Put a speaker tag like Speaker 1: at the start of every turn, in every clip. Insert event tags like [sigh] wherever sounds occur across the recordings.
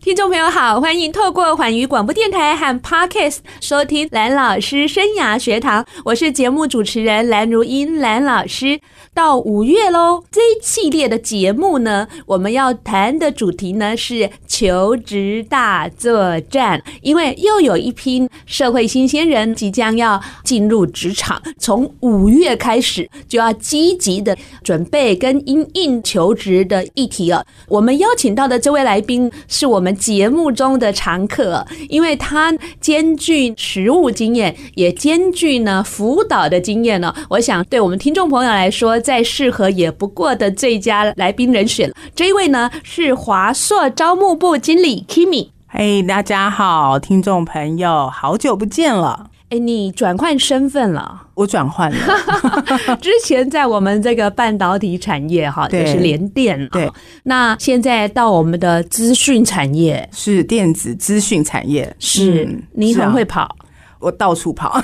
Speaker 1: 听众朋友好，欢迎透过环宇广播电台和 Podcast 收听蓝老师生涯学堂，我是节目主持人蓝如英，蓝老师。到五月喽，这一系列的节目呢，我们要谈的主题呢是求职大作战，因为又有一批社会新鲜人即将要进入职场，从五月开始就要积极的准备跟因应求职的议题哦。我们邀请到的这位来宾是我。我们节目中的常客，因为他兼具实务经验，也兼具呢辅导的经验呢、哦。我想对我们听众朋友来说，再适合也不过的最佳来宾人选。这一位呢是华硕招募部经理 Kimi。
Speaker 2: 嘿、hey,，大家好，听众朋友，好久不见了。
Speaker 1: 哎，你转换身份了？
Speaker 2: 我转
Speaker 1: [laughs]
Speaker 2: 换了
Speaker 1: 之前在我们这个半导体产业哈，也是联电
Speaker 2: 对。
Speaker 1: 那现在到我们的资讯产业，
Speaker 2: 是电子资讯产业，啊
Speaker 1: 是、嗯、你很会跑。
Speaker 2: 我到处
Speaker 1: [laughs]
Speaker 2: 跑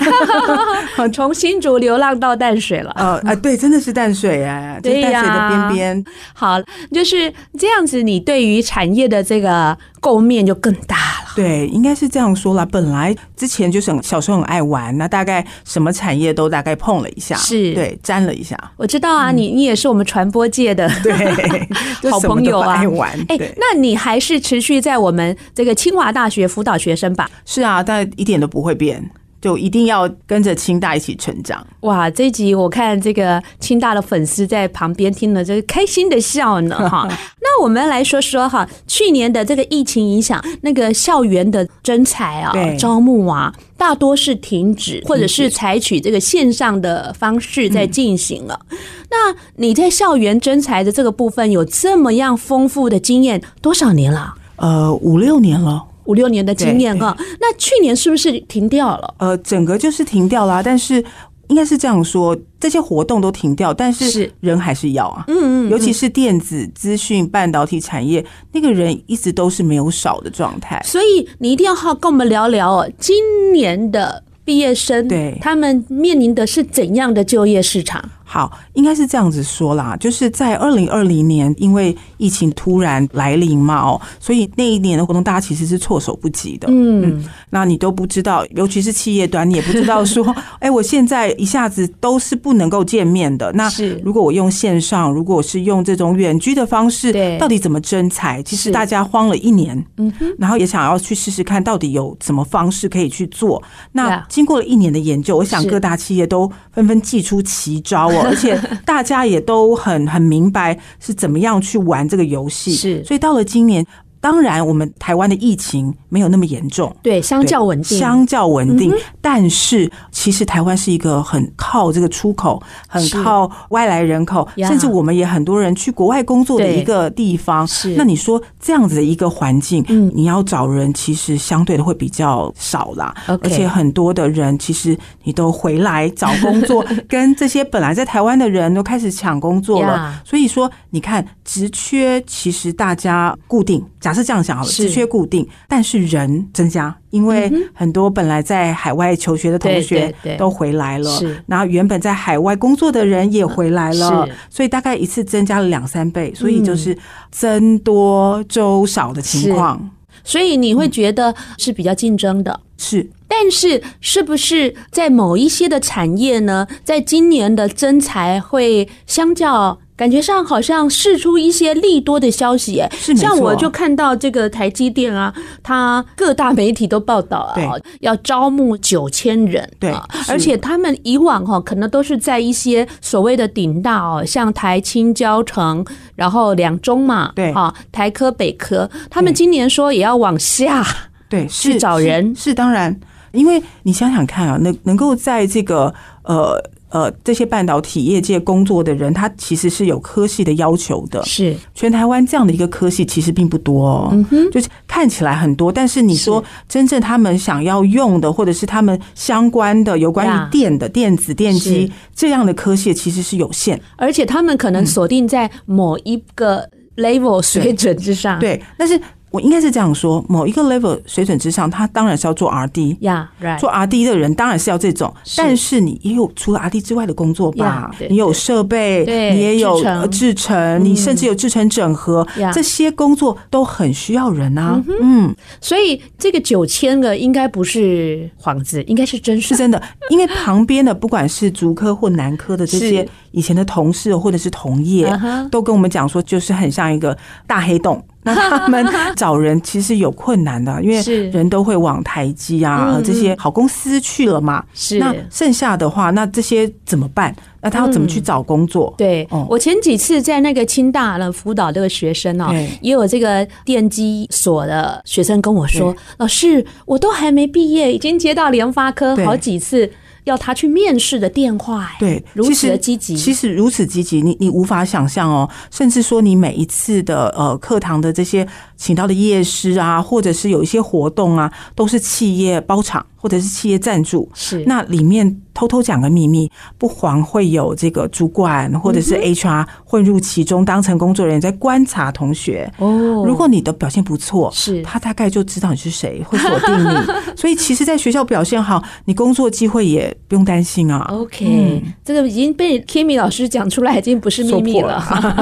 Speaker 1: 从新竹流浪到淡水了
Speaker 2: 呃。呃啊，对，真的是淡水哎、啊，就淡水的边边、
Speaker 1: 啊。好，就是这样子，你对于产业的这个构面就更大了。
Speaker 2: 对，应该是这样说啦。本来之前就是小时候很爱玩，那大概什么产业都大概碰了一下，
Speaker 1: 是
Speaker 2: 对沾了一下。
Speaker 1: [laughs] 我知道啊，嗯、你嗯你也是我们传播界的 [laughs]
Speaker 2: 对
Speaker 1: 好朋友啊，
Speaker 2: 爱玩。哎、
Speaker 1: 欸，那你还是持续在我们这个清华大学辅导学生吧？
Speaker 2: 是啊，但一点都不会变。就一定要跟着清大一起成长
Speaker 1: 哇！这集我看这个清大的粉丝在旁边听了，就是开心的笑呢 [laughs] 哈。那我们来说说哈，去年的这个疫情影响，那个校园的征才啊、招募啊，大多是停止或者是采取这个线上的方式在进行了、嗯。那你在校园征才的这个部分有这么样丰富的经验多少年了？
Speaker 2: 呃，五六年了。
Speaker 1: 五六年的经验哈，那去年是不是停掉了？
Speaker 2: 呃，整个就是停掉啦，但是应该是这样说，这些活动都停掉，但是人还是要啊，
Speaker 1: 嗯,嗯嗯，
Speaker 2: 尤其是电子、资讯、半导体产业，那个人一直都是没有少的状态。
Speaker 1: 所以你一定要好跟我们聊聊哦，今年的毕业生，
Speaker 2: 对，
Speaker 1: 他们面临的是怎样的就业市场？
Speaker 2: 好，应该是这样子说啦，就是在二零二零年，因为疫情突然来临嘛，哦，所以那一年的活动大家其实是措手不及的，
Speaker 1: 嗯，
Speaker 2: 嗯那你都不知道，尤其是企业端，你也不知
Speaker 1: [laughs]
Speaker 2: 道说，哎欸，我现在一下子都是不能够见面的，那如果我用线上，如果是用这种远距的方式，
Speaker 1: 对，
Speaker 2: 到底怎么征才？其实大家慌了一年，
Speaker 1: 嗯哼，
Speaker 2: 然后也想要去试试看到底有什么方式可以去做。那经过了一年的研究，我想各大企业都纷纷祭出奇招。哦
Speaker 1: [laughs]
Speaker 2: 而且大家也都很很明白是怎么样去玩这个游戏，
Speaker 1: 是。
Speaker 2: 所以到了今年，当然我们台湾的疫情没有那么严重，
Speaker 1: 对，相较稳定，
Speaker 2: 相较稳定。嗯、但是其实台湾是一个很靠这个出口，很靠外来人口，甚至我们也很多人去国外工作的一个地方。
Speaker 1: 是。
Speaker 2: 那你说这样子的一个环境，嗯，你要找人其实相对的会比较少啦。
Speaker 1: Okay.
Speaker 2: 而且很多的人其实。你都回来找
Speaker 1: [laughs]
Speaker 2: 工作，跟这些本来在台湾的人都开始抢工作了。所以说，你看职缺其实大家固定，假设这样想好了，职缺固定，但是人增加，因
Speaker 1: 嗯
Speaker 2: 为很多本来在海外求学的同学都回来了，然后原本在海外工作的人也回来了，所以大概一次增加了两三倍，所以
Speaker 1: 嗯
Speaker 2: 就是增多周少的情况。
Speaker 1: 所以你会觉得是比较竞争的，
Speaker 2: 是。
Speaker 1: 但是，是不是在某一些的产业呢，在今年的增才会相较感觉上好像释出一些利多的消息、欸？
Speaker 2: 是
Speaker 1: 像我就看到这个台积电啊，它各大媒体都报道啊，要招募九千人，啊
Speaker 2: 对，
Speaker 1: 而且他们以往哈、哦、可能都是在一些所谓的顶大哦，像台青交城，然后两中嘛，
Speaker 2: 对，
Speaker 1: 啊、哦，台科北科，他们今年说也要往下，
Speaker 2: 对，
Speaker 1: 去找人，
Speaker 2: 是当然。因为你想想看啊，能能够在这个呃呃这些半导体业界工作的人，他其实是有科系的要求的。
Speaker 1: 是
Speaker 2: 全台湾这样的一个科系其实并不多哦，
Speaker 1: 嗯哼，
Speaker 2: 就是看起来很多，但是你说真正他们想要用的，或者是他们相关的有关于电的、电子、电机这样的科系，其实是有限，
Speaker 1: 而且他们可能锁定在某一个 level 水准之上。
Speaker 2: 嗯嗯、对，但是。我应该是这样说，某一个 level 水准之上，他当然是要做 R D，
Speaker 1: 呀，right，
Speaker 2: 做 R D 的人当然是要这种，
Speaker 1: 嗯是
Speaker 2: 但是你也有除了 R D 之外的工作吧
Speaker 1: Yeah，对
Speaker 2: 你有设备，
Speaker 1: 对
Speaker 2: 你也有
Speaker 1: 制嗯成
Speaker 2: 呃制成，你甚至有制成整合，
Speaker 1: Yeah
Speaker 2: 这些工作都很需要人啊，嗯，
Speaker 1: 所以这个九千个应该不是幌子，应该是真
Speaker 2: 是
Speaker 1: 实。
Speaker 2: 真的，因为旁边的不管是足科或男科的这些
Speaker 1: 是
Speaker 2: 以前的同事或者是同业
Speaker 1: 啊哈，
Speaker 2: 都跟我们讲说，就是很像一个大
Speaker 1: [laughs]
Speaker 2: 黑洞。那他们找人其实有困难的，因为
Speaker 1: 是
Speaker 2: 人都会往台积啊
Speaker 1: 嗯
Speaker 2: 呃这些好公司去了嘛。
Speaker 1: 是
Speaker 2: 那剩下的话，那这些怎么办？那他要怎么去找工作？
Speaker 1: 对、
Speaker 2: 哦
Speaker 1: 我前几次在那个清大呢辅导这个学生哦
Speaker 2: 对，
Speaker 1: 也有这个电机所的学生跟我说
Speaker 2: 对，
Speaker 1: 老师，我都还没毕业，已经接到联发科
Speaker 2: 对
Speaker 1: 好几次要他去面试的电话，哎
Speaker 2: 对，
Speaker 1: 如
Speaker 2: 其
Speaker 1: 此
Speaker 2: 实
Speaker 1: 的积极，
Speaker 2: 其实如此积极，你你无法想象哦。甚至说，你每一次的呃课堂的这些请到的夜师啊，或者是有一些活动啊，都是企业包场或者是企业赞助。
Speaker 1: 是
Speaker 2: 那里面偷偷讲个秘密，不遑会有这个主管或者是
Speaker 1: 嗯
Speaker 2: HR 混入其中，当成工作人员在观察同学。
Speaker 1: 哦，
Speaker 2: 如果你的表现不错，
Speaker 1: 是
Speaker 2: 他大概就知道你是谁，会锁定你。所以其实，在学校表现好，你工作机会也不用担心啊。
Speaker 1: OK，、
Speaker 2: 嗯
Speaker 1: 这个已经被 Kimi 老师讲出来，已经不是秘密了。
Speaker 2: 说
Speaker 1: [laughs]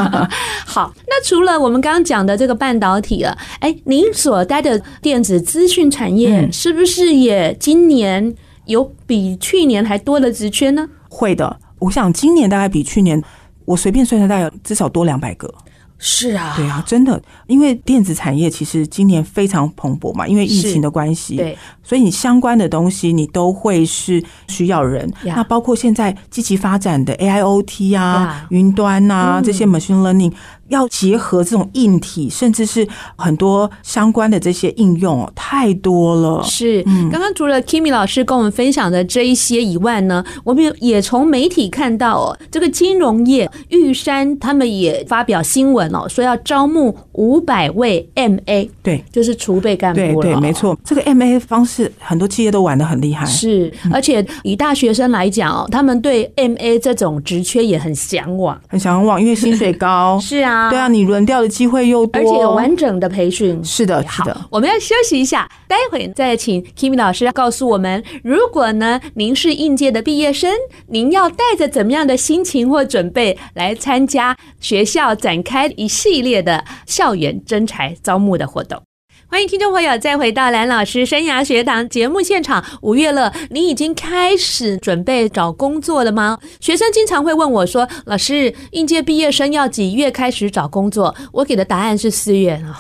Speaker 1: 好，那除了我们刚刚讲的这个半导体了，哎，您所待的电子资讯产业
Speaker 2: 嗯
Speaker 1: 是不是也今年有比去年还多了职缺呢？
Speaker 2: 会的，我想今年大概比去年，我随便算算，大概至少多两百个。
Speaker 1: 是啊
Speaker 2: 对啊，真的，因为电子产业其实今年非常蓬勃嘛，因为疫
Speaker 1: 是
Speaker 2: 情的关系，
Speaker 1: 对，
Speaker 2: 所以你相关的东西你都会是需要人。
Speaker 1: 呀
Speaker 2: 那包括现在积极发展的 AIoT
Speaker 1: 呀
Speaker 2: 啊、云端啊
Speaker 1: 嗯
Speaker 2: 这些 machine learning，要结合这种硬体，甚至是很多相关的这些应用哦，太多了。
Speaker 1: 是，
Speaker 2: 嗯
Speaker 1: 刚刚除了 Kimi 老师跟我们分享的这一些以外呢，我们也从媒体看到哦，这个金融业玉山他们也发表新闻哦，说要招募五百位 MA，
Speaker 2: 对
Speaker 1: 就是储备干部
Speaker 2: 对
Speaker 1: 了。
Speaker 2: 对，没。错，这个 MA 方式很多企业都玩的很厉害。
Speaker 1: 是，而且以大学生来讲哦，他们对 MA 这种职缺也很向往。
Speaker 2: 很向往，因为薪水
Speaker 1: [laughs]
Speaker 2: 高，
Speaker 1: 是啊，
Speaker 2: 对啊，，你哦轮调的机会又多，
Speaker 1: 而且有完整的培训。
Speaker 2: 是的，是的
Speaker 1: 好，，我们要休息一下，待会再请 Kimi 老师告诉我们，如果呢您是应届的毕业生，您要带着怎么样的心情或准备来参加学校展开一系列的校园征才招募的活动。欢迎听众朋友再回到蓝老师生涯学堂节目现场。吴月乐，你已经开始准备找工作了吗？学生经常会问我说：“老师，应届毕业生要几月开始找工作？”我给的答案是四月啊。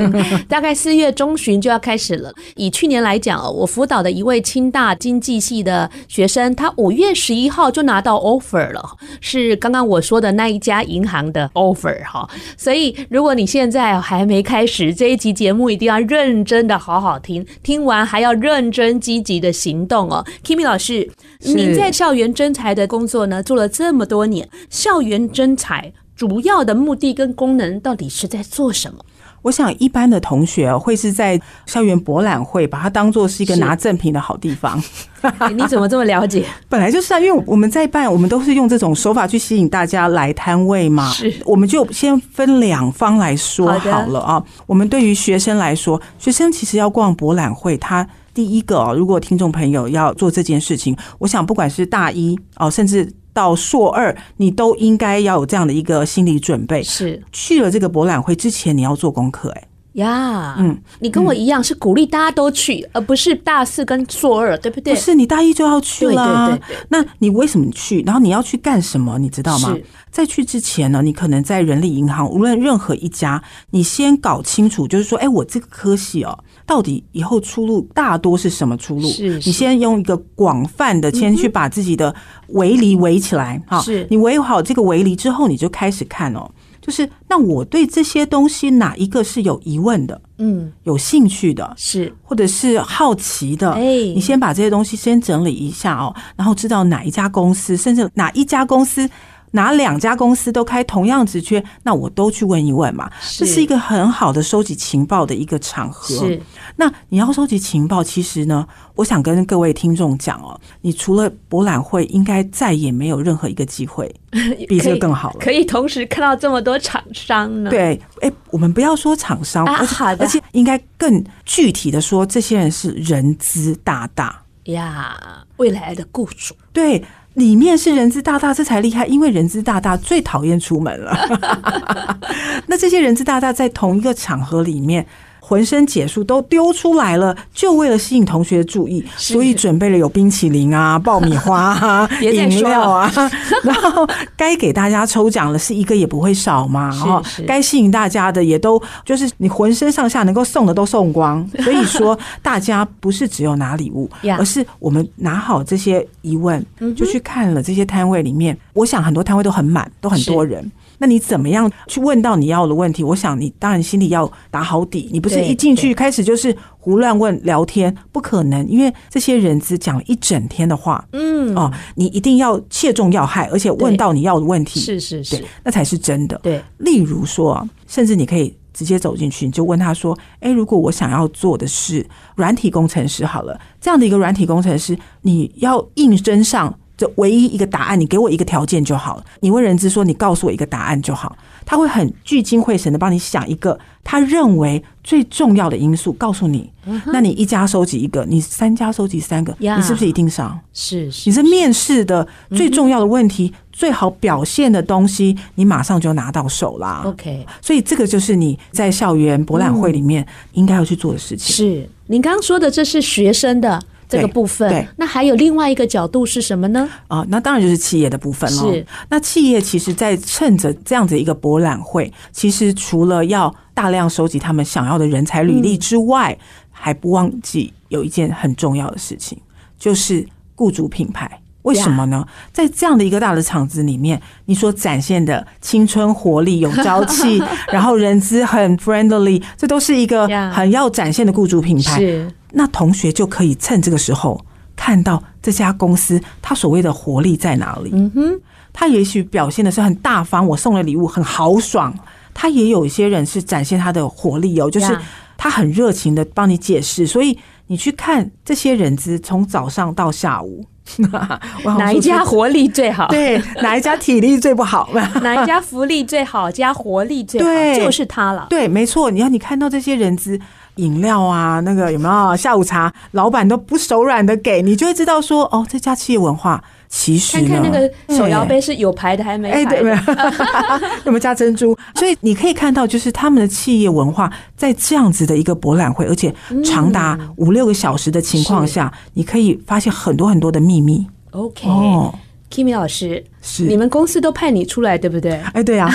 Speaker 1: [laughs] 大概四月中旬就要开始了。以去年来讲哦，我辅导的一位清大经济系的学生，他五月十一号就拿到 offer 了，是刚刚我说的那一家银行的 offer 哈。所以如果你现在还没开始这一集节目，一定要认真的好好听，听完还要认真积极的行动哦。Kimi 老师，
Speaker 2: 是
Speaker 1: 您在校园征才的工作呢，做了这么多年，校园征才。主要的目的跟功能到底是在做什么？
Speaker 2: 我想一般的同学哦会是在校园博览会，把它当做是一个
Speaker 1: 是
Speaker 2: 拿赠品的好地方。
Speaker 1: [laughs] 哎你怎么这么了
Speaker 2: [laughs]
Speaker 1: 解？
Speaker 2: 本来就是啊，因为我们在办，我们都是用这种手法去吸引大家来摊位嘛。
Speaker 1: 是
Speaker 2: 我们就先分两方来说
Speaker 1: 好的
Speaker 2: 好了啊。我们对于学生来说，学生其实要逛博览会，他。第一个哦，如果听众朋友要做这件事情，我想不管是大一哦，甚至到硕二，你都应该要有这样的一个心理准备。
Speaker 1: 是
Speaker 2: 去了这个博览会之前，你要做功课、哎，
Speaker 1: 呀，
Speaker 2: 嗯，
Speaker 1: 你跟我一样是鼓励大家都去，而不是大四跟硕二，对不对？
Speaker 2: 不是你大一就要去
Speaker 1: 对
Speaker 2: 了、啊，
Speaker 1: 对对
Speaker 2: 那你为什么去？然后你要去干什么？你知道
Speaker 1: 对，
Speaker 2: 吗？
Speaker 1: 是
Speaker 2: 在去之前呢，你可能在人力银行，无论任何一家，你先搞清楚，就是说，哎，我这个科系哦，到底以后出路大多是什么出路？
Speaker 1: 是是
Speaker 2: 你先用一个广泛的，先去把自己的围篱围起来，哈、
Speaker 1: 嗯是
Speaker 2: 你围好这个围篱之后，你就开始看哦，就是那我对这些东西哪一个是有疑问的、
Speaker 1: 嗯，
Speaker 2: 有兴趣的，
Speaker 1: 是
Speaker 2: 或者是好奇的，
Speaker 1: 哎
Speaker 2: 你先把这些东西先整理一下哦，然后知道哪一家公司，甚至哪一家公司哪两家公司都开同样职缺，那我都去问一问嘛。这是一个很好的收集情报的一个场合。
Speaker 1: 是
Speaker 2: 那你要收集情报，其实呢，我想跟各位听众讲哦，你除了博览会，应该再也没有任何一个
Speaker 1: [laughs]
Speaker 2: 机会比这个更好了。
Speaker 1: 可以同时看到这么多厂商呢。
Speaker 2: 对，哎、我们不要说厂商，
Speaker 1: 嗯啊
Speaker 2: 而且
Speaker 1: 好的
Speaker 2: 而且应该更具体的说，这些人是人资大大，
Speaker 1: 呀，未来的雇主
Speaker 2: 对，里面是人资大大，这才厉害，因为人资大大最讨厌出门了。
Speaker 1: [laughs]
Speaker 2: [laughs] 那这些人资大大在同一个场合里面。浑身解数都丢出来了，就为了吸引同学注意，
Speaker 1: 是
Speaker 2: 所以准备了有冰淇淋啊、爆米花啊、
Speaker 1: [laughs] 别再
Speaker 2: 饮
Speaker 1: 说
Speaker 2: 料啊，
Speaker 1: [laughs]
Speaker 2: [laughs] 然后该给大家抽奖了，是一个也不会少嘛，
Speaker 1: 是
Speaker 2: 哈
Speaker 1: 是，
Speaker 2: 该吸引大家的也都就是你浑身上下能够送的都送光，
Speaker 1: [laughs]
Speaker 2: 所以说大家不是只有拿礼物，
Speaker 1: 呀
Speaker 2: 而是我们拿好这些疑问
Speaker 1: 嗯哼，
Speaker 2: 就去看了这些摊位里面，我想很多摊位都很满，都很多人。那你怎么样去问到你要的问题？我想你当然心里要打好底，你不是
Speaker 1: 对
Speaker 2: 一进去开始就是胡乱问聊天，不可能，因为这些人只讲了一整天的话，
Speaker 1: 嗯
Speaker 2: 哦，你一定要切中要害，而且问到你要的问题，
Speaker 1: 是是是
Speaker 2: 嗯对，，那才是真的。
Speaker 1: 对，
Speaker 2: 例如说啊，甚至你可以直接走进去，你就问他说：“诶，如果我想要做的是软体工程师，好了，这样的一个软体工程师，你要应征上这唯一一个答案，你给我一个条件就好了。你问人资说，你告诉我一个答案就好，他会很聚精会神的帮你想一个他认为最重要的因素，告诉你。那你一家收集一个，你三家收集三个，
Speaker 1: 呀
Speaker 2: 你是不是一定上？
Speaker 1: 是是
Speaker 2: 你是面试的最重要的问题，最好表现的东西，你马上就拿到手啦。
Speaker 1: OK。
Speaker 2: 所以这个就是你在校园博览会里面应该要去做的事情。
Speaker 1: 是您刚刚说的，这是学生的这个
Speaker 2: 对
Speaker 1: 部分
Speaker 2: 对。
Speaker 1: 那还有另外一个角度是什么呢？
Speaker 2: 啊、那当然就是企业的部分喽
Speaker 1: 是。
Speaker 2: 那企业其实，在趁着这样子一个博览会，其实除了要大量收集他们想要的人才履历之外，还不忘记有一件很重要的事情，就是雇主品牌。为什么呢？在这样的一个大的场子里面，你所展现的青春活力、有朝气，然后人资很 friendly，这都是一个
Speaker 1: Yeah
Speaker 2: 很要展现的雇主品牌。
Speaker 1: 是
Speaker 2: 那同学就可以趁这个时候看到这家公司它所谓的活力在哪里。嗯哼，他也许表现的是很大方，我送了礼物很豪爽。他也有一些人是展现他的活力哦，就是
Speaker 1: 呀
Speaker 2: 他很热情的帮你解释。所以你去看这些人资，从早上到下午， [laughs] 哦我好像
Speaker 1: 哪一家
Speaker 2: 说出
Speaker 1: 活力最好？
Speaker 2: 对哪一家体力最不好？
Speaker 1: [laughs]
Speaker 2: [laughs]
Speaker 1: 哪一家福利最好，加活力最好，
Speaker 2: 对
Speaker 1: 就是它了。
Speaker 2: 对，没错，你要你看到这些人资饮料啊，那个有没有下午茶，老板都不手软的给你，就会知道说哦，这家企业文化其实
Speaker 1: 看看
Speaker 2: 呢
Speaker 1: 那个手摇。
Speaker 2: 哎
Speaker 1: 杯是有牌的还没
Speaker 2: 哎，
Speaker 1: 牌
Speaker 2: 对，没
Speaker 1: [laughs]
Speaker 2: 有
Speaker 1: 的，
Speaker 2: 有没有加珍珠？所以你可以看到，就是他们的企业文化在这样子的一个博览会，而且长达
Speaker 1: 嗯
Speaker 2: 五六个小时的情况下，你可以发现很多很多的秘密
Speaker 1: OK，Kimi、
Speaker 2: 哦。
Speaker 1: 老师，
Speaker 2: 是
Speaker 1: 哎你们公司都派你出来，对不对？
Speaker 2: 哎， [laughs] 对啊，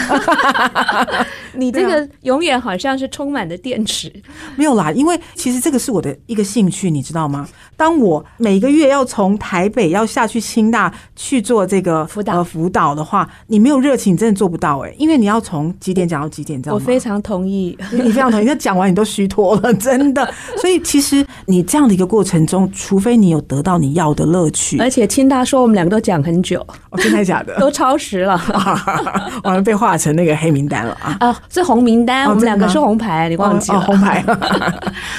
Speaker 1: 你这个永远好像是充满了电池，
Speaker 2: 没有啦，因为其实这个是我的一个兴趣，你知道吗？当我每个月要从台北要下去清大去做这个
Speaker 1: 辅导
Speaker 2: 呃、辅导的话，你没有热情，你真的做不到哎、因为你要从几点讲到几点，你知道
Speaker 1: 我
Speaker 2: 吗？
Speaker 1: 非常同意。
Speaker 2: 你你非
Speaker 1: [laughs]
Speaker 2: 常同意，那讲完你都虚脱了，真的。所以其实你这样的一个过程中，除非你有得到你要的乐趣，
Speaker 1: 而且清大说我们两个都讲很
Speaker 2: [laughs]
Speaker 1: 久，
Speaker 2: 哦，真的
Speaker 1: [laughs]
Speaker 2: 假的？
Speaker 1: 都超时了
Speaker 2: 我们被划成那个黑名单了啊！
Speaker 1: 啊，是红名单，
Speaker 2: 哦
Speaker 1: 我们两个
Speaker 2: 真
Speaker 1: 是
Speaker 2: 的吗
Speaker 1: 红牌，你忘记
Speaker 2: 哦
Speaker 1: 了
Speaker 2: 哦、？红牌。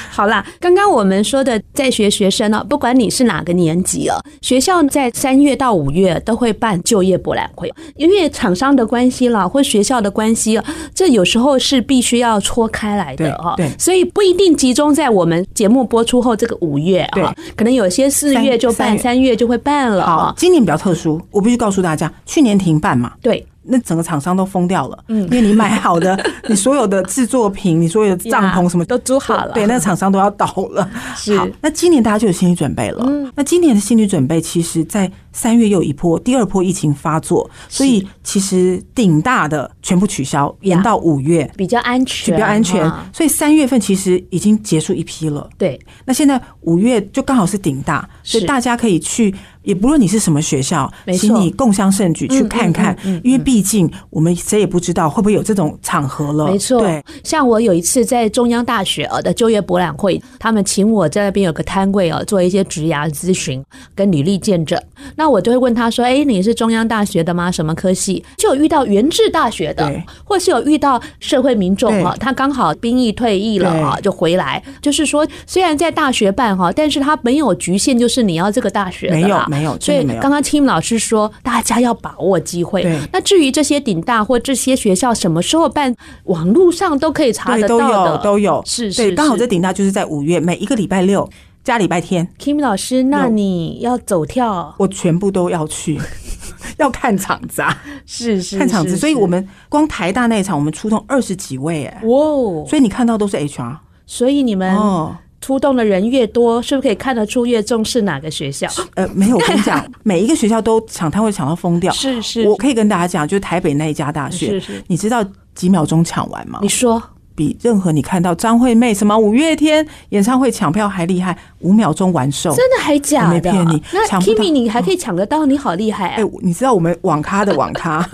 Speaker 1: 好啦，刚刚我们说的在学学生呢、不管你是哪个年级哦，学校在三月到五月都会办就业博览会，因为厂商的关系啦，或学校的关系哦，这有时候是必须要戳开来的哈、哦。
Speaker 2: 对对
Speaker 1: 所以不一定集中在我们节目播出后这个五月啊、
Speaker 2: 对
Speaker 1: 可能有些四月就办，
Speaker 2: 三
Speaker 1: 三月就会办了
Speaker 2: [laughs] 好
Speaker 1: 啊、，
Speaker 2: 今年比较特殊，我必须告诉大家，去年停办嘛，
Speaker 1: 对，
Speaker 2: 那整个厂商都疯掉了，
Speaker 1: 嗯
Speaker 2: 因为你买
Speaker 1: [laughs]
Speaker 2: 好的，你所有的制作品，你所有的帐篷什么
Speaker 1: 呀都租好了
Speaker 2: 对，那个厂商都要倒了。
Speaker 1: [laughs] 是嗯
Speaker 2: 好，那今年大家就有心理准备了。那今年的心理准备，其实在三月又一波，第二波疫情发作，所以其实顶大的全部取消，延到五月，
Speaker 1: 比较安全，
Speaker 2: 比较安全
Speaker 1: 哈。
Speaker 2: 所以三月份其实已经结束一批了。
Speaker 1: 对，
Speaker 2: 那现在五月就刚好是顶大，所
Speaker 1: 是
Speaker 2: 以大家可以去也不论你是什么学校
Speaker 1: 没，错
Speaker 2: 请你共襄盛举去看看，
Speaker 1: 嗯嗯嗯嗯
Speaker 2: 因为毕竟我们谁也不知道会不会有这种场合了。
Speaker 1: 没错
Speaker 2: 对，
Speaker 1: 像我有一次在中央大学呃的就业博览会，他们请我在那边有个摊位哦，做一些职涯咨询跟履历见证。那我就会问他说：“哎，你是中央大学的吗？什么科系？”就有遇到原治大学的
Speaker 2: 对，
Speaker 1: 或是有遇到社会民众
Speaker 2: 对
Speaker 1: 哈，他刚好兵役退役了
Speaker 2: 对
Speaker 1: 啊，就回来。就是说，虽然在大学办哈，但是他没有局限，就是你要这个大学的
Speaker 2: 没有
Speaker 1: 啦
Speaker 2: 没有，
Speaker 1: 所
Speaker 2: 真
Speaker 1: 以
Speaker 2: 的没有
Speaker 1: 刚。刚 Tim 老师说，大家要把握机会
Speaker 2: 对。
Speaker 1: 那至于这些顶大或这些学校什么时候办，网络上都可以查
Speaker 2: 对，
Speaker 1: 得
Speaker 2: 都
Speaker 1: 到
Speaker 2: 有
Speaker 1: 的。
Speaker 2: 都有，
Speaker 1: 是是
Speaker 2: 对，刚好
Speaker 1: 是
Speaker 2: 这顶大就是在五月，每一个礼拜六加礼拜
Speaker 1: [laughs]
Speaker 2: 天，
Speaker 1: Kim 老师，那你要走跳？
Speaker 2: 我全部都要去， [laughs] 要看场子啊，
Speaker 1: 是是
Speaker 2: 看场子。所以我们光台大那一场，我们出动二十几位哎，
Speaker 1: 哇哦，
Speaker 2: 所以你看到都是 HR
Speaker 1: 所以你们
Speaker 2: 哦。
Speaker 1: 出动的人越多，是不是可以看得出越重视哪个学校？
Speaker 2: 呃，没有，我跟
Speaker 1: [laughs]
Speaker 2: 你讲，每一个学校都抢摊位抢到疯掉。
Speaker 1: 是是
Speaker 2: 我可以跟大家讲，就是台北那一家大学，
Speaker 1: 是是，
Speaker 2: 你知道几秒钟抢完吗
Speaker 1: 你？说
Speaker 2: 比任何你看到张惠妹什么五月天演唱会抢票还厉害，五秒钟完售。
Speaker 1: 真的还假的？
Speaker 2: 我没骗你
Speaker 1: 那
Speaker 2: 抢不到
Speaker 1: Kimi 你还可以抢得到，你好厉害
Speaker 2: 哎、
Speaker 1: 啊！
Speaker 2: 你知道我们网咖的
Speaker 1: [laughs]
Speaker 2: 网咖，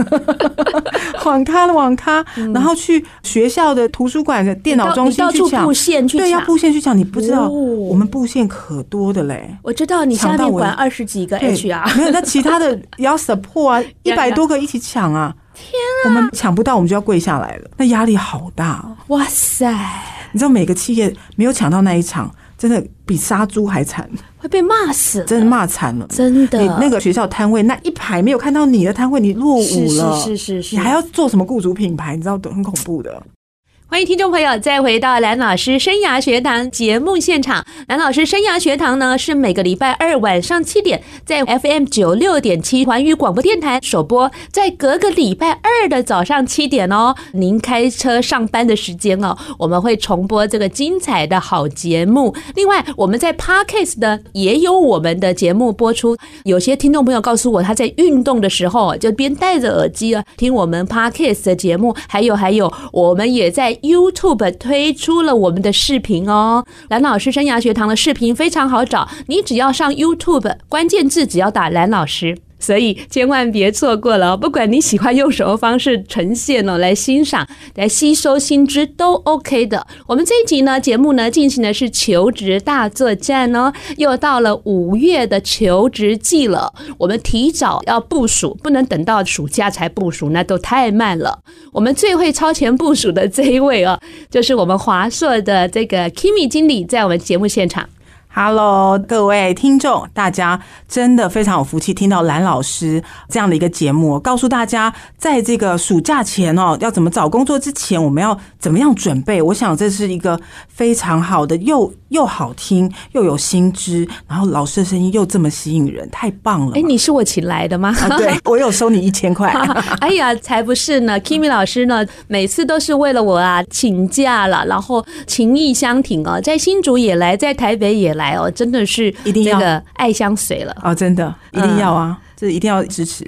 Speaker 2: 网咖的网咖，然后去学校的图书馆的电脑中
Speaker 1: 你
Speaker 2: 心
Speaker 1: 到
Speaker 2: 去
Speaker 1: 处
Speaker 2: 抢
Speaker 1: 布，线去
Speaker 2: 对，要
Speaker 1: 抢。
Speaker 2: 布线去抢，你不知道，
Speaker 1: 哦
Speaker 2: 我们布线可多的嘞。
Speaker 1: 我知道你下
Speaker 2: 抢到
Speaker 1: 面
Speaker 2: 我
Speaker 1: 管二十几个
Speaker 2: 对
Speaker 1: HR，
Speaker 2: 没有，那其他的也要 support
Speaker 1: [laughs]
Speaker 2: 啊，一
Speaker 1: 呀
Speaker 2: 百多个一起抢啊！天啊，我们抢不到，我们就要跪下来了，那压力好大哦。
Speaker 1: 哇塞！
Speaker 2: 你知道每个企业没有抢到那一场，真的比杀猪还惨，
Speaker 1: 会被骂死，
Speaker 2: 真的骂惨了。
Speaker 1: 真的
Speaker 2: 你那个学校摊位那一排没有看到你的摊位，你落
Speaker 1: 是
Speaker 2: 伍了。
Speaker 1: 是是是是，
Speaker 2: 你还要做什么雇主品牌？你知道很恐怖的。
Speaker 1: 欢迎听众朋友再回到蓝老师生涯学堂节目现场。蓝老师生涯学堂呢是每个礼拜二晚上七点在 FM 九六点七环宇广播电台首播，在隔个礼拜二的早上七点哦，您开车上班的时间哦，我们会重播这个精彩的好节目。另外，我们在 Podcast 的也有我们的节目播出。有些听众朋友告诉我，他在运动的时候就边戴着耳机啊听我们 Podcast 的节目，还有还有，我们也在 YouTube 推出了我们的视频哦。蓝老师生涯学堂的视频非常好找，你只要上 YouTube，关键字只要打蓝老师。所以千万别错过了哦，不管你喜欢用什么方式呈现哦，来欣赏、来吸收新知都 OK 的。我们这一集呢，节目呢进行的是求职大作战哦，又到了五月的求职季了，我们提早要部署，不能等到暑假才部署，那都太慢了。我们最会超前部署的这一位哦， [laughs] 就是我们华硕的这个 Kimi 经理，在我们节目现 [laughs] 场。
Speaker 2: Hello，各位听众，大家真的非常有福气，听到蓝老师这样的一个节目，告诉大家，在这个暑假前哦，要怎么找工作之前，我们要怎么样准备。我想这是一个非常好的，又又好听，又有新知，然后老师的声音又这么吸引人，太棒了嘛！
Speaker 1: 哎，你是我请来的吗？ [laughs]
Speaker 2: 啊，对我有收你一千块。
Speaker 1: 哎呀，才不是 [laughs] 呢！Kimi 老师呢，每次都是为了我啊请假了，然后情谊相挺哦，在新竹也来，在台北也来哦，真的是
Speaker 2: 一定
Speaker 1: 这
Speaker 2: 要
Speaker 1: 个爱相随了，
Speaker 2: 啊、真的一定要
Speaker 1: 嗯
Speaker 2: 啊，这一定要支持。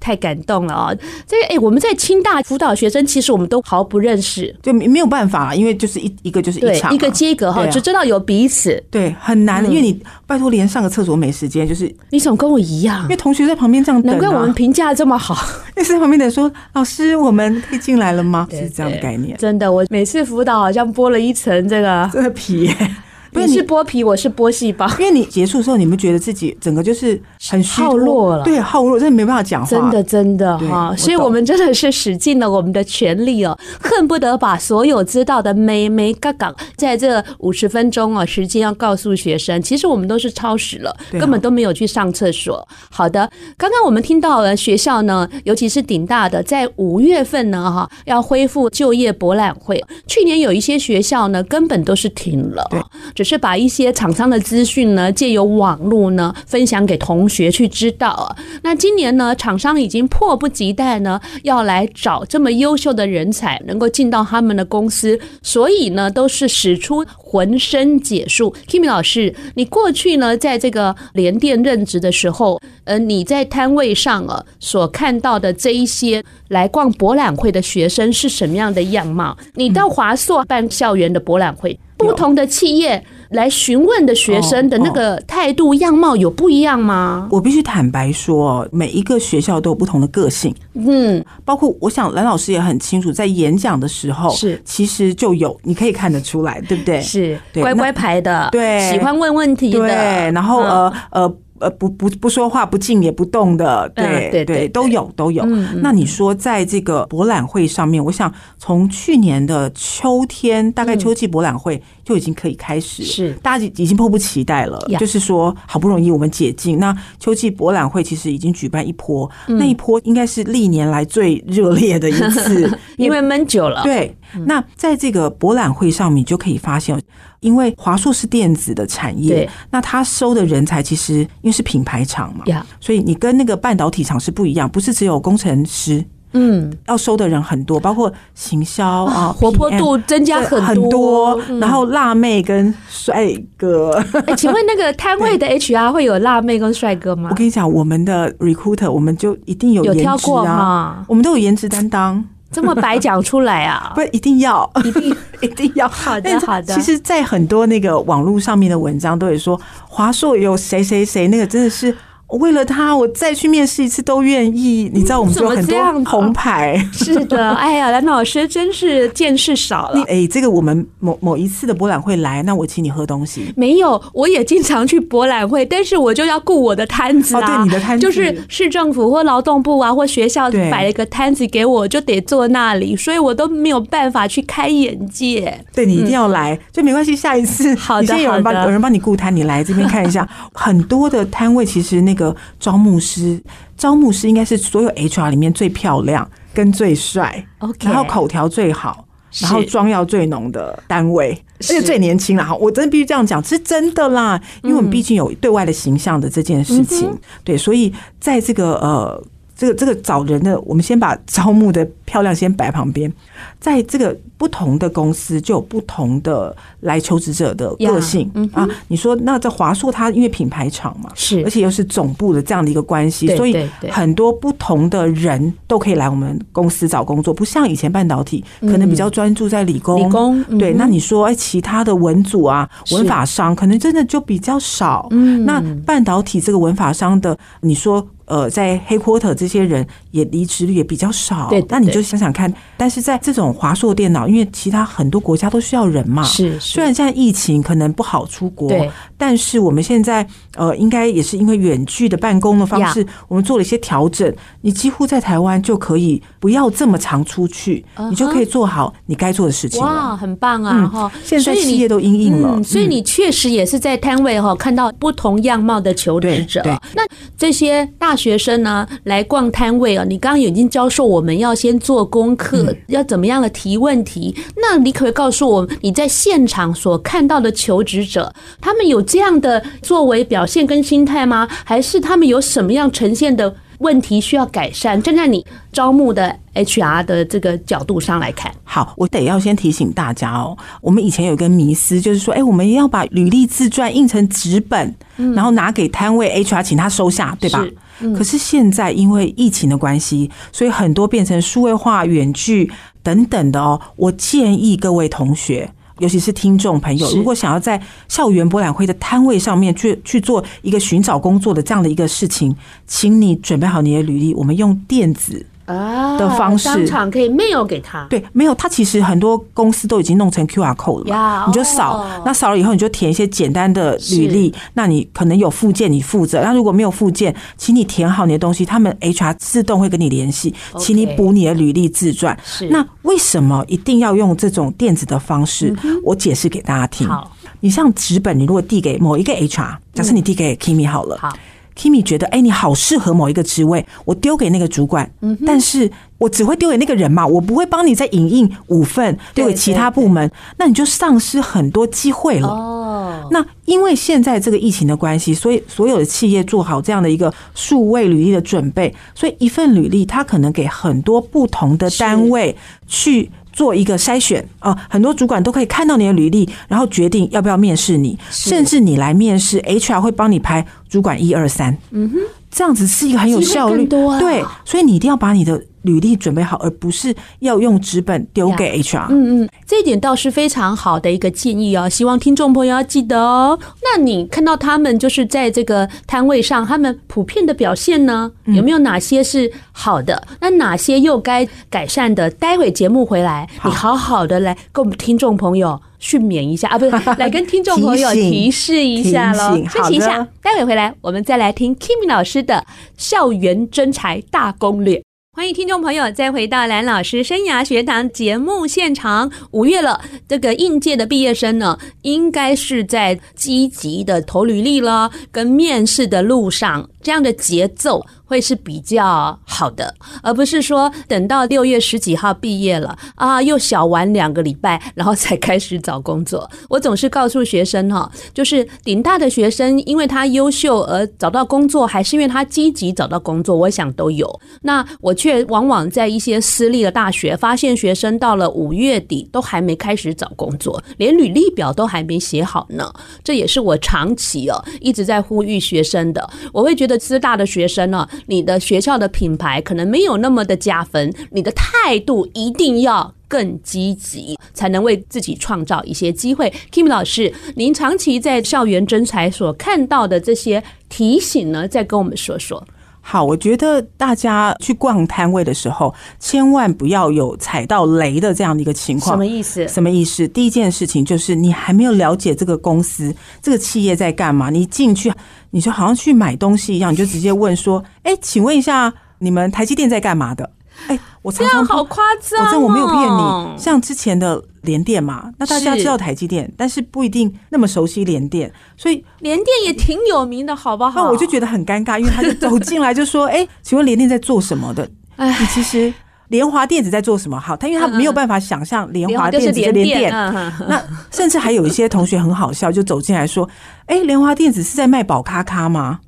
Speaker 1: 太感动了哦！这个哎，我们在清大辅导学生，其实我们都毫不认识，
Speaker 2: 就没没有办法，啊因为就是一一个就是
Speaker 1: 对
Speaker 2: 一场，嘛
Speaker 1: 一个嗯接一个哈，
Speaker 2: 对啊
Speaker 1: 只知道有彼此。
Speaker 2: 对很难，因为你拜托连上个厕所没时间，就是因
Speaker 1: 你怎么跟我一样
Speaker 2: 为？同学在旁边这样等、
Speaker 1: 难
Speaker 2: 啊，
Speaker 1: 怪我们评价这么好，
Speaker 2: 那是在旁边等说老师我们可以进来了吗？
Speaker 1: 对
Speaker 2: 是这样的概念，
Speaker 1: 真的。我每次辅导好像剥了一层这个，
Speaker 2: 真的皮耶、不
Speaker 1: 你
Speaker 2: 是
Speaker 1: 是
Speaker 2: [laughs] 你。
Speaker 1: 剥皮，我是剥细胞，
Speaker 2: 因为你结束的时候，你们觉得自己整个就是很虚脱
Speaker 1: 耗落了
Speaker 2: 对，耗落，真的没办法讲话，
Speaker 1: 真的真的
Speaker 2: 对
Speaker 1: 哈，
Speaker 2: 我
Speaker 1: 所以
Speaker 2: 懂
Speaker 1: 我们真的是使尽了我们的全力哦，恨不得把所有知道的美美嘎嘎，在这五十分钟哦时间要告诉学生，其实我们都是超时了，
Speaker 2: 对啊
Speaker 1: 根本都没有去上厕所。好的，刚刚我们听到了学校呢，尤其是顶大的，在五月份呢哈要恢复就业博览会，去年有一些学校呢根本都是停了
Speaker 2: 对，
Speaker 1: 只是把一些厂商的资讯呢借由网络呢分享给同学去知道啊。那今年呢，厂商已经迫不及待呢，要来找这么优秀的人才，能够进到他们的公司，所以呢，都是使出浑身解数。Kimi 老师，你过去呢，在这个联电任职的时候，呃，你在摊位上啊所看到的这一些来逛博览会的学生是什么样的样貌？你到华硕办校园的博览会，不同的企业来询问的学生的那个态度样貌有不一样吗？
Speaker 2: 我必须坦白说，每一个学校都有不同的个性，
Speaker 1: 嗯，
Speaker 2: 包括我想蓝老师也很清楚，在演讲的时候
Speaker 1: 是
Speaker 2: 其实就有，你可以看得出来，对不对？
Speaker 1: 是
Speaker 2: 对
Speaker 1: 乖
Speaker 2: 那
Speaker 1: 乖牌的，
Speaker 2: 对
Speaker 1: 喜欢问问题的，
Speaker 2: 对，然后
Speaker 1: 嗯
Speaker 2: 呃呃呃，不不不说话，不静也不动的，对、
Speaker 1: 嗯对对对
Speaker 2: 都有都有。
Speaker 1: 嗯嗯
Speaker 2: 那你说在这个博览会上面，我想从去年的秋天，大概秋季博览会就已经可以开始，
Speaker 1: 嗯是
Speaker 2: 大家已经迫不及待了。
Speaker 1: 呀，
Speaker 2: 就是说，好不容易我们解禁，那秋季博览会其实已经举办一波，那一波应该是历年来最热烈的一次
Speaker 1: [laughs] 因为闷久了，
Speaker 2: 对，那在这个博览会上面，你就可以发现，因为华硕是电子的产
Speaker 1: 对
Speaker 2: 业，那它收的人才其实因为是品牌厂嘛，
Speaker 1: 呀，
Speaker 2: 所以你跟那个半导体厂是不一样，不是只有工程师
Speaker 1: 嗯，
Speaker 2: 要收的人很多，包括行销啊，
Speaker 1: 活泼
Speaker 2: PM
Speaker 1: 度增加
Speaker 2: 对
Speaker 1: 很
Speaker 2: 很
Speaker 1: 多。嗯
Speaker 2: 然后辣妹跟帅
Speaker 1: [laughs]
Speaker 2: 哥。
Speaker 1: 哎，请问那
Speaker 2: [laughs]
Speaker 1: 个摊位的 HR 会有辣妹跟帅哥吗
Speaker 2: 我？跟你讲，我们的 recruiter 我们就一定有
Speaker 1: 有
Speaker 2: 颜
Speaker 1: 挑
Speaker 2: 值
Speaker 1: 过
Speaker 2: 啊， [laughs]
Speaker 1: 吗？
Speaker 2: 我们都有颜值担当，
Speaker 1: 这么白讲出来啊
Speaker 2: 不？一定要。
Speaker 1: 一定
Speaker 2: 一定 [laughs] 要
Speaker 1: 好的
Speaker 2: 但是
Speaker 1: 好的
Speaker 2: 其实，在很多那个网络上面的文章都会说，华硕有谁谁谁，那个真的是为了他，我再去面试一次都愿意。你知道，我们就有很
Speaker 1: 怎么这样
Speaker 2: 多
Speaker 1: 啊
Speaker 2: 红牌。
Speaker 1: 是的。哎呀，蓝老师真是见识少
Speaker 2: 你
Speaker 1: 了。
Speaker 2: 哎、这个我们某某一次的博览会来，那我请你喝东西。
Speaker 1: 没有，我也经常去博览会，但是我就要顾我的摊子
Speaker 2: 哦，
Speaker 1: 啊。
Speaker 2: 对，你的摊子
Speaker 1: 就是市政府或劳动部啊，或学校
Speaker 2: 对
Speaker 1: 摆了一个摊子给我，就得坐那里，所以我都没有办法去开眼界。
Speaker 2: 对你一定要来，就没关系。下一次，
Speaker 1: 嗯好的
Speaker 2: 你现在有人帮
Speaker 1: 好的
Speaker 2: 有人帮你雇摊，你来这边看一下。很多的摊位其实那个招募师，招募师应该是所有 HR 里面最漂亮跟最帅。
Speaker 1: OK，
Speaker 2: 然后口条最好，
Speaker 1: 是
Speaker 2: 然后妆要最浓的单位，而
Speaker 1: 是
Speaker 2: 且最年轻啦。哈我真的必须这样讲，是真的啦，因为
Speaker 1: 嗯
Speaker 2: 我们毕竟有对外的形象的这件事情，对，所以在这个呃。这个这个找人的，我们先把招募的漂亮先摆旁边，在这个不同的公司就有不同的来求职者的
Speaker 1: 呀
Speaker 2: 个性
Speaker 1: 嗯哼
Speaker 2: 啊。你说那这华硕它因为品牌厂嘛，
Speaker 1: 是
Speaker 2: 而且又是总部的这样的一个关系
Speaker 1: 对，
Speaker 2: 所以
Speaker 1: 对对
Speaker 2: 很多不同的人都可以来我们公司找工作，不像以前半导体可能比较专注在理
Speaker 1: 嗯
Speaker 2: 工。
Speaker 1: 理工
Speaker 2: 对，
Speaker 1: 嗯
Speaker 2: 那你说哎，其他的文组啊、
Speaker 1: 是
Speaker 2: 文法商可能真的就比较少。
Speaker 1: 嗯
Speaker 2: 那半导体这个文法商的，你说呃，在黑 quarter 这些人也离职率也比较少。
Speaker 1: 对对
Speaker 2: 那你
Speaker 1: 对
Speaker 2: 就想想看，但是在这种华硕电脑，因为其他很多国家都需要人嘛，
Speaker 1: 是
Speaker 2: 虽然现在疫情可能不好出国，
Speaker 1: 对
Speaker 2: 但是我们现在呃，应该也是因为远距的办公的方式我们做了一些调整。你几乎在台湾就可以不要这么常出去
Speaker 1: 嗯哼
Speaker 2: 你就可以做好你该做的事情了。
Speaker 1: 哇，很棒啊！
Speaker 2: 嗯
Speaker 1: 哈、
Speaker 2: 现在
Speaker 1: 所以你
Speaker 2: 企业都因应了
Speaker 1: 嗯，所以
Speaker 2: 嗯
Speaker 1: 你确实也是在摊位哈、看到不同样貌的求职者
Speaker 2: 对对。
Speaker 1: 那这些大学生呢来逛摊位啊，你刚刚已经教授我们要先做功课，要怎么样的提问题。那你可不可以告诉我，你在现场所看到的求职者，他们有这样的作为表现跟心态吗？还是他们有什么样呈现的？问题需要改善，站在你招募的 HR 的这个角度上来看，
Speaker 2: 好，我得要先提醒大家哦，我们以前有一个迷思，就是说，哎、我们要把履历自传印成纸本，然后拿给摊位 HR 请他收下，对吧
Speaker 1: 嗯是？嗯
Speaker 2: 可是现在因为疫情的关系，所以很多变成数位化、远距等等的哦。我建议各位同学，尤其是听众朋友，
Speaker 1: 是
Speaker 2: 如果想要在校园博览会的摊位上面去去做一个寻找工作的这样的一个事情，请你准备好你的履历，我们用电子
Speaker 1: 啊
Speaker 2: 的方式
Speaker 1: 当场可以 mail 给他。
Speaker 2: 对，没有，它其实很多公司都已经弄成 QR code 了嘛
Speaker 1: 呀
Speaker 2: 你就扫，
Speaker 1: 哦
Speaker 2: 那扫了以后你就填一些简单的履历，那你可能有附件你负责，那如果没有附件，请你填好你的东西，他们 HR 自动会跟你联系，
Speaker 1: OK
Speaker 2: 请你补你的履历自传。
Speaker 1: 是
Speaker 2: 那为什么一定要用这种电子的方式？我解释给大家听。
Speaker 1: 嗯好嗯
Speaker 2: 你像纸本，你如果递给某一个 HR，假设你递给 Kimi 好了，
Speaker 1: 好
Speaker 2: Kimi 觉得，哎、你好适合某一个职位，我丢给那个主管，但是我只会丢给那个人嘛，我不会帮你再影印五份丢给其他部门，那你就丧失很多机会了。
Speaker 1: 哦，
Speaker 2: 那因为现在这个疫情的关系，所以所有的企业做好这样的一个数位履历的准备，所以一份履历它可能给很多不同的单位去。做一个筛选啊、很多主管都可以看到你的履历，然后决定要不要面试你，
Speaker 1: 是
Speaker 2: 甚至你来面试，HR 会帮你排主管一二三，嗯哼，这样子是一个很有效
Speaker 1: 机会
Speaker 2: 率，
Speaker 1: 更多啊
Speaker 2: 对，所以你一定要把你的履历准备好，而不是要用纸本丢给 HR。
Speaker 1: 嗯嗯，这一点倒是非常好的一个建议哦，希望听众朋友要记得哦。那你看到他们就是在这个摊位上，他们普遍的表现呢，
Speaker 2: 嗯
Speaker 1: 有没有哪些是好的？那哪些又该改善的？待会节目回来，
Speaker 2: 好
Speaker 1: 你好好的来跟我们听众朋友训勉一下啊，不
Speaker 2: [laughs]
Speaker 1: 是来跟听众朋友
Speaker 2: 提醒
Speaker 1: 提示一下喽，
Speaker 2: 提醒
Speaker 1: 休息一
Speaker 2: 好
Speaker 1: 下
Speaker 2: 的，
Speaker 1: 待会回来我们再来听 Kimi 老师的校园真才大攻略。欢迎听众朋友再回到蓝老师生涯学堂节目现场。五月了，这个应届的毕业生呢，应该是在积极的投履历了，跟面试的路上，这样的节奏会是比较好的，而不是说等到六月十几号毕业了啊，又小玩两个礼拜，然后才开始找工作。 [laughs] 我总是告诉学生哈、就是顶大的学生，因为他优秀而找到工作，还是因为他积极找到工作，我想都有。那我却往往在一些私立的大学发现，学生到了五月底都还没开始找工作，连履历表都还没写好呢。这也是我长期哦一直在呼吁学生的。我会觉得师大的学生呢、你的学校的品牌可能没有那么的加分，你的态度一定要。更积极，才能为自己创造一些机会。Kim 老师，您长期在校园征才所看到的这些提醒呢，再跟我们说说。
Speaker 2: 好，我觉得大家去逛摊位的时候，千万不要有踩到雷的这样的一个情况。
Speaker 1: 意思
Speaker 2: 什么意思？第一件事情就是你还没有了解这个公司、这个企业在干嘛，你进去你就好像去买东西一样，你就直接问说：“哎、请问一下，你们台积电在干嘛的？”哎、我
Speaker 1: 这
Speaker 2: 常
Speaker 1: 样
Speaker 2: 常
Speaker 1: 好夸张、哦！
Speaker 2: 我这我没有骗你，像之前的联电嘛，那大家
Speaker 1: 是
Speaker 2: 知道台积电，但是不一定那么熟悉联电，所以
Speaker 1: 联电也挺有名的，好不好？
Speaker 2: 那哦我就觉得很尴尬，因为他就走进来就说：“ [laughs] 哎、请问联电在做什么的？”
Speaker 1: 哎
Speaker 2: 你其实联华电子在做什么？好，他因为他
Speaker 1: 嗯嗯
Speaker 2: 没有办法想象联
Speaker 1: 联
Speaker 2: 华
Speaker 1: 华就
Speaker 2: 电
Speaker 1: 是
Speaker 2: 子
Speaker 1: 联
Speaker 2: 联
Speaker 1: 电，
Speaker 2: 电，
Speaker 1: 嗯
Speaker 2: 那甚至还有一些同学很好笑，就走进来说：“哎、莲花电子是在卖宝咖咖吗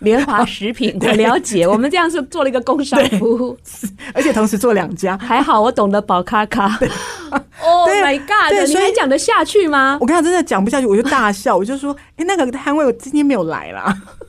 Speaker 1: 联华食品，我
Speaker 2: [laughs] 对
Speaker 1: 了解。我们这样是做了一个工商服务，？”
Speaker 2: 而且同时做两家。
Speaker 1: 还好我懂得宝咖咖。Oh
Speaker 2: [laughs] 对
Speaker 1: my god！
Speaker 2: 对
Speaker 1: 你
Speaker 2: 所以
Speaker 1: 还讲得下去吗？
Speaker 2: 我刚才真的讲不下去，我就大笑，我就说：“哎、那个摊位我今天没有来啦。 [laughs]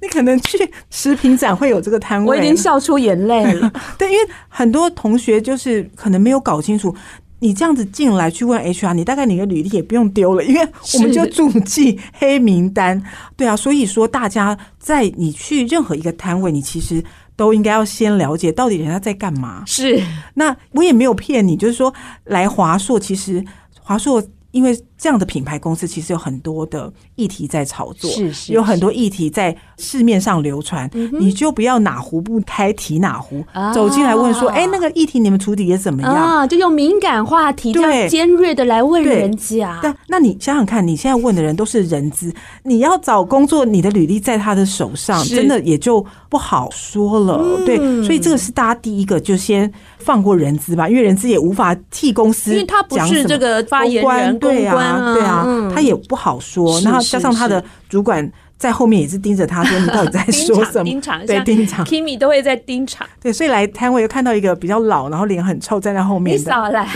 Speaker 2: 你可能去食品展会有这个摊
Speaker 1: 我
Speaker 2: 位。”
Speaker 1: 已经笑出眼泪
Speaker 2: [laughs]
Speaker 1: 了。
Speaker 2: 对，因为很多同学就是可能没有搞清楚，你这样子进来去问 HR，你大概你的履历也不用丢了，因为我们
Speaker 1: 是
Speaker 2: 就注记黑名单。对啊，所以说大家在你去任何一个摊位，你其实都应该要先了解到底人家在干嘛。
Speaker 1: 是
Speaker 2: 那我也没有骗你，就是说来华硕，其实华硕因为这样的品牌公司，其实有很多的议题在炒作，
Speaker 1: 是是嗯
Speaker 2: 有很多议题在市面上流传，你就不要哪壶不开提哪壶，
Speaker 1: 啊
Speaker 2: 走进来问说，哎、那个议题你们处理的怎么样？
Speaker 1: 啊，就用敏感话题这样
Speaker 2: 对
Speaker 1: 尖锐的来问
Speaker 2: 对
Speaker 1: 人家。
Speaker 2: 但那你想想看，你现在问的人都是人资，你要找工作，你的履历在他的手上，
Speaker 1: 是嗯
Speaker 2: 真的也就不好说了。对，所以这个是大家第一个就先放过人资吧，因为人资也无法替公司
Speaker 1: 因为他不
Speaker 2: 讲什么，
Speaker 1: 是这个发言人、
Speaker 2: 公关对
Speaker 1: 公关啊，
Speaker 2: 对啊，
Speaker 1: 嗯
Speaker 2: 他也不好说。
Speaker 1: 是
Speaker 2: 那
Speaker 1: 是
Speaker 2: 加上他的主管在后面也是盯着他说：“你到底在说什么？”
Speaker 1: [laughs] 盯场
Speaker 2: [laughs] 对，
Speaker 1: 像
Speaker 2: 盯
Speaker 1: [laughs]
Speaker 2: 场。
Speaker 1: Kimi 都会在盯场。
Speaker 2: 对，所以来摊位又看到一个比较老，然后脸很臭，站在后
Speaker 1: 你
Speaker 2: 面的，
Speaker 1: 少
Speaker 2: [laughs]
Speaker 1: 来，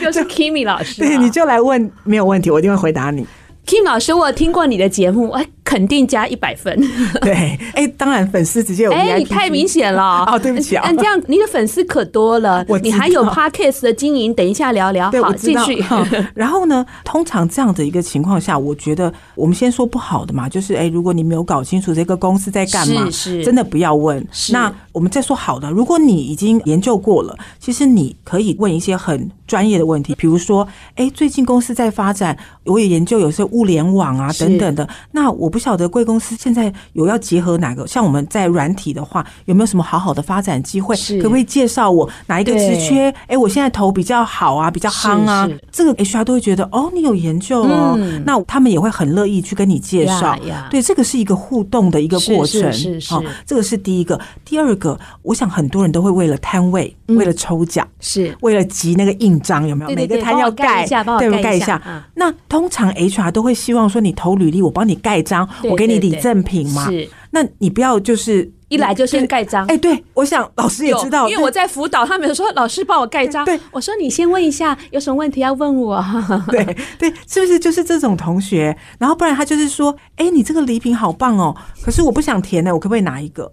Speaker 1: 就是 Kimi 老师啊、
Speaker 2: 对，你就来问，没有问题，我一定会回答你。
Speaker 1: Kim 老师，我有听过你的节目，哎，肯定加一百分。
Speaker 2: 对，哎，当然粉丝直接有 VIP，
Speaker 1: 哎，你太明显了。
Speaker 2: [laughs] 哦对不起啊
Speaker 1: 嗯，这样你的粉丝可多了
Speaker 2: [laughs] 我，知道
Speaker 1: 你还有 Podcast 的经营，等一下聊聊。
Speaker 2: 对，
Speaker 1: 好，
Speaker 2: 我知
Speaker 1: 继
Speaker 2: 道 [laughs]
Speaker 1: 续。。 [laughs]
Speaker 2: 哈然后呢，通常这样的一个情况下，我觉得我们先说不好的嘛，就是哎，如果你没有搞清楚这个公司在干嘛，
Speaker 1: 是是
Speaker 2: 真的不要问。
Speaker 1: 是
Speaker 2: 那我们再说好的，如果你已经研究过了，其实你可以问一些很专业的问题，比如说，哎，最近公司在发展，我也研究有些物联网啊
Speaker 1: 是
Speaker 2: 等等的。那我不晓得贵公司现在有要结合哪个，像我们在软体的话，有没有什么好好的发展机会？
Speaker 1: 是
Speaker 2: 可不可以介绍我哪一个
Speaker 1: 对
Speaker 2: 职缺？哎，我现在投比较好啊，比较夯啊
Speaker 1: 是是，
Speaker 2: 这个 HR 都会觉得哦，你有研究哦，
Speaker 1: 嗯
Speaker 2: 那他们也会很乐意去跟你介绍。
Speaker 1: 呀呀
Speaker 2: 对，这个是一个互动的一个
Speaker 1: 是
Speaker 2: 过
Speaker 1: 是
Speaker 2: 程，
Speaker 1: 是是
Speaker 2: 好这个是第一个。第二个，我想很多人都会为了摊位、为了抽奖、
Speaker 1: 是，
Speaker 2: 为了集那个印章，有没
Speaker 1: 嗯
Speaker 2: 有？
Speaker 1: 对对
Speaker 2: 每
Speaker 1: 对
Speaker 2: 个摊要
Speaker 1: 帮我盖一下帮我
Speaker 2: 对，
Speaker 1: 盖一
Speaker 2: 盖
Speaker 1: 下
Speaker 2: 下。
Speaker 1: 啊
Speaker 2: 那通常 HR 都会希望说，你投履历，我帮你盖章，
Speaker 1: 对
Speaker 2: 我给你
Speaker 1: 对
Speaker 2: 礼
Speaker 1: 对
Speaker 2: 赠品嘛。
Speaker 1: 是
Speaker 2: 那你不要就是
Speaker 1: 一来就先
Speaker 2: 对
Speaker 1: 盖章
Speaker 2: 哎、。对，我想老师也
Speaker 1: 有
Speaker 2: 知道，
Speaker 1: 因为我在辅导他们说，老师帮我盖章。
Speaker 2: 对
Speaker 1: 我说你先问一下，有什么问题要问我？ [laughs]
Speaker 2: [laughs] 对对，是不是就是这种同学？然后不然他就是说，哎、你这个礼品好棒哦，可是我不想填呢，我可不可以拿一个？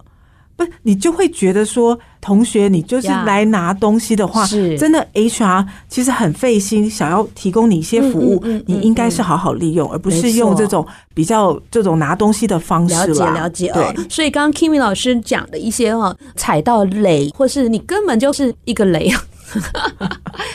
Speaker 2: 不，你就会觉得说，同学，你就是
Speaker 1: 呀
Speaker 2: 来拿东西的话
Speaker 1: 是
Speaker 2: 真的 HR 其实很费心，想要提供你一些服务，
Speaker 1: 嗯嗯嗯嗯
Speaker 2: 你应该是好好利用，而不
Speaker 1: 没
Speaker 2: 是
Speaker 1: 错
Speaker 2: 用这种比较这种拿东西的方式
Speaker 1: 了解
Speaker 2: 啦。
Speaker 1: 了解哦
Speaker 2: 对，，
Speaker 1: 所以刚刚 Kimi 老师讲的一些哦，踩到雷，或是你根本就是一个雷， [laughs]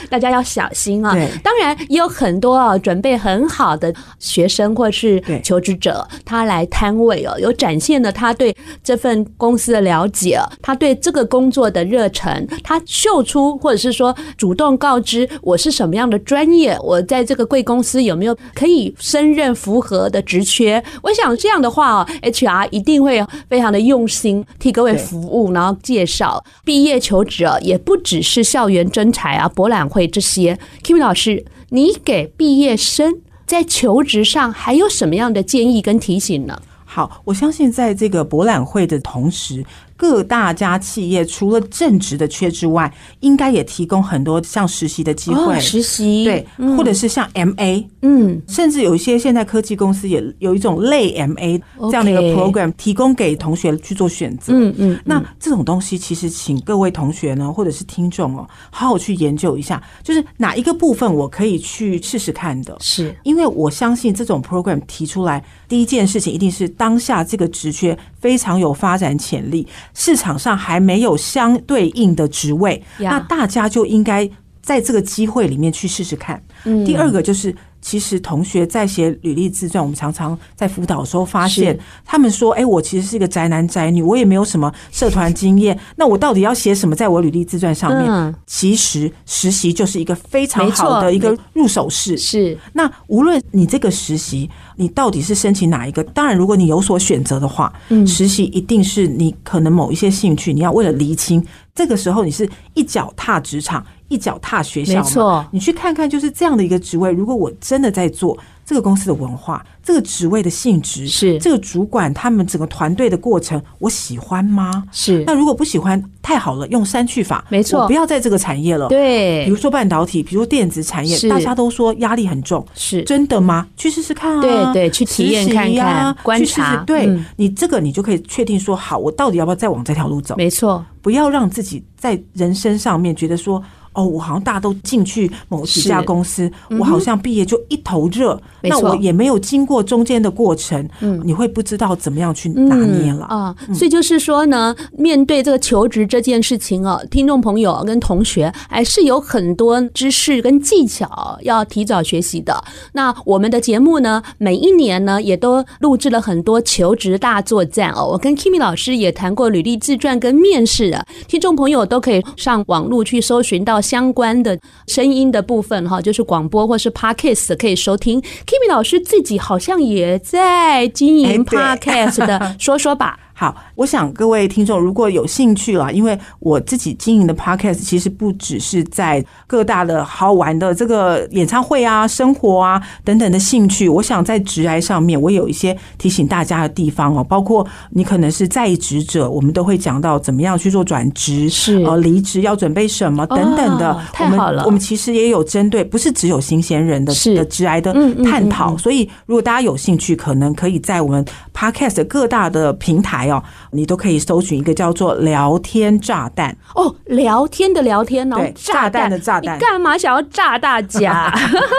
Speaker 1: 大家要小心啊、
Speaker 2: 对
Speaker 1: 当然也有很多哦，准备很好的学生或是
Speaker 2: 对
Speaker 1: 求职者，他来摊位哦，有展现了他对这份公司的了解，哦他对这个工作的热忱，他秀出或者是说主动告知我是什么样的专业，我在这个贵公司有没有可以胜任符合的职缺。我想这样的话哦，HR 一定会非常的用心替各位
Speaker 2: 对
Speaker 1: 服务，然后介绍毕业求职哦，也不只是校园征才啊、博览会这些。Kimi 老师，你给毕业生在求职上还有什么样的建议跟提醒呢？
Speaker 2: 好，我相信在这个博览会的同时，各大家企业除了正职的缺之外，应该也提供很多像实习的机会，
Speaker 1: 哦实习
Speaker 2: 对，
Speaker 1: 嗯
Speaker 2: 或者是像 MA，
Speaker 1: 嗯，
Speaker 2: 甚至有一些现在科技公司也有一种类 MA
Speaker 1: OK
Speaker 2: 这样的一个 program 提供给同学去做选择。
Speaker 1: 嗯嗯，
Speaker 2: 那这种东西，其实请各位同学呢，或者是听众哦，好好去研究一下，就是哪一个部分我可以去试试看的。
Speaker 1: 是
Speaker 2: 因为我相信这种 program 提出来，第一件事情一定是当下这个职缺非常有发展潜力，市场上还没有相对应的职位
Speaker 1: Yeah
Speaker 2: 那大家就应该在这个机会里面去试试看。
Speaker 1: 嗯
Speaker 2: 第二个就是。其实同学在写履历自传，我们常常在辅导的时候发现
Speaker 1: 是，
Speaker 2: 他们说：“哎、我其实是一个宅男宅女，我也没有什么社团经验，那我到底要写什么在我履历自传上面？”
Speaker 1: 嗯
Speaker 2: 其实实习就是一个非常
Speaker 1: 没错
Speaker 2: 好的一个
Speaker 1: 没
Speaker 2: 入手式，
Speaker 1: 是
Speaker 2: 那无论你这个实习，你到底是申请哪一个？当然，如果你有所选择的话，
Speaker 1: 嗯
Speaker 2: 实习一定是你可能某一些兴趣，你要为了厘清。这个时候，你是一脚踏职场，一脚踏学校
Speaker 1: 没
Speaker 2: 嘛，
Speaker 1: 错
Speaker 2: 你去看看，就是这样的一个职位，如果我真的在做这个公司的文化，这个职位的性质，
Speaker 1: 是
Speaker 2: 这个主管他们整个团队的过程，我喜欢吗？
Speaker 1: 是
Speaker 2: 那，如果不喜欢，太好了，用删去法，
Speaker 1: 没错
Speaker 2: 我不要在这个产业了。比
Speaker 1: 对
Speaker 2: 如说半导体，比如说电子产业
Speaker 1: 是，
Speaker 2: 大家都说压力很重，
Speaker 1: 是
Speaker 2: 真的吗？去试试看啊，
Speaker 1: 对对去体验看看
Speaker 2: 实习呀
Speaker 1: 观
Speaker 2: 去试试
Speaker 1: 察
Speaker 2: 对、
Speaker 1: 嗯
Speaker 2: 你这个你就可以确定说，好，我到底要不要再往这条路走？
Speaker 1: 没错，
Speaker 2: 不要让自己在人生上面觉得说，哦，我好像大家都进去某几家
Speaker 1: 是嗯
Speaker 2: 公司，我好像毕业就一头热，
Speaker 1: 没
Speaker 2: 那
Speaker 1: 错
Speaker 2: 我也没有经过中间的过程，
Speaker 1: 嗯
Speaker 2: 你会不知道怎么样去拿捏了。
Speaker 1: 嗯啊、所以就是说呢，面对这个求职这件事情哦，听众朋友跟同学还是有很多知识跟技巧要提早学习的。那我们的节目呢，每一年呢也都录制了很多求职大作战哦。我跟 Kimi 老师也谈过履历自传跟面试的，听众朋友都可以上网络去搜寻到相关的声音的部分哈，就是广播或是 Podcast 可以收听。Kimi 老师自己好像也在经营
Speaker 2: 哎
Speaker 1: Podcast
Speaker 2: [laughs]
Speaker 1: 的，说说吧。
Speaker 2: 好，我想各位听众如果有兴趣啦，因为我自己经营的 podcast 其实不只是在各大的好玩的这个演唱会啊、生活啊等等的兴趣，我想在职涯上面，我有一些提醒大家的地方哦，包括你可能是在职者，我们都会讲到怎么样去做转职，
Speaker 1: 是
Speaker 2: 呃离职要准备什么等等的。
Speaker 1: 哦太
Speaker 2: 我们
Speaker 1: 好了
Speaker 2: 我们其实也有针对，不是只有新鲜人的
Speaker 1: 是
Speaker 2: 的职涯的
Speaker 1: 嗯嗯
Speaker 2: 探
Speaker 1: 嗯
Speaker 2: 讨，
Speaker 1: 嗯
Speaker 2: 所以如果大家有兴趣，可能可以在我们 podcast 的各大的平台哦，你都可以搜寻一个叫做“聊天炸
Speaker 1: [laughs]
Speaker 2: 弹
Speaker 1: 哦，聊天的聊天哦
Speaker 2: 对，
Speaker 1: 炸
Speaker 2: 炸弹的炸弹
Speaker 1: 你干嘛想要炸大家？”，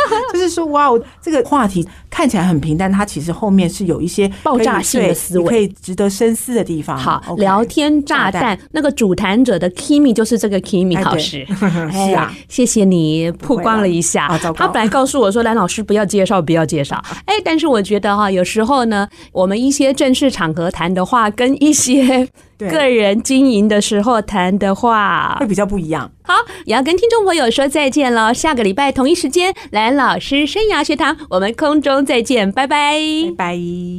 Speaker 2: [laughs] 就是说，哇，哦，这个话题看起来很平淡，它其实后面是有一些
Speaker 1: 爆炸
Speaker 2: 可以
Speaker 1: 性的
Speaker 2: 对
Speaker 1: 思维
Speaker 2: 你可以值得深思的地方。
Speaker 1: 好，
Speaker 2: OK
Speaker 1: 聊天炸
Speaker 2: 炸
Speaker 1: 弹，那个主谈者的 Kimi 就是这个 Kimi
Speaker 2: 哎
Speaker 1: 老
Speaker 2: 对
Speaker 1: 师。
Speaker 2: [laughs] 是啊
Speaker 1: 哎，谢谢你曝
Speaker 2: 会
Speaker 1: 光
Speaker 2: 啦
Speaker 1: 了一下。
Speaker 2: 啊糟
Speaker 1: 他
Speaker 2: 糕
Speaker 1: 本来告诉我说，蓝老师不要介绍，不要介
Speaker 2: [laughs]
Speaker 1: 绍。哎，但是我觉得哈，有时候呢，我们一些正式场合谈的话，跟一些
Speaker 2: 对
Speaker 1: 个人经营的时候谈的话
Speaker 2: 会，比较不一样。
Speaker 1: 好，也要跟听众朋友说再见了。下个礼拜同一时间，蓝老师生涯学堂，我们空中再见，拜拜
Speaker 2: 拜拜。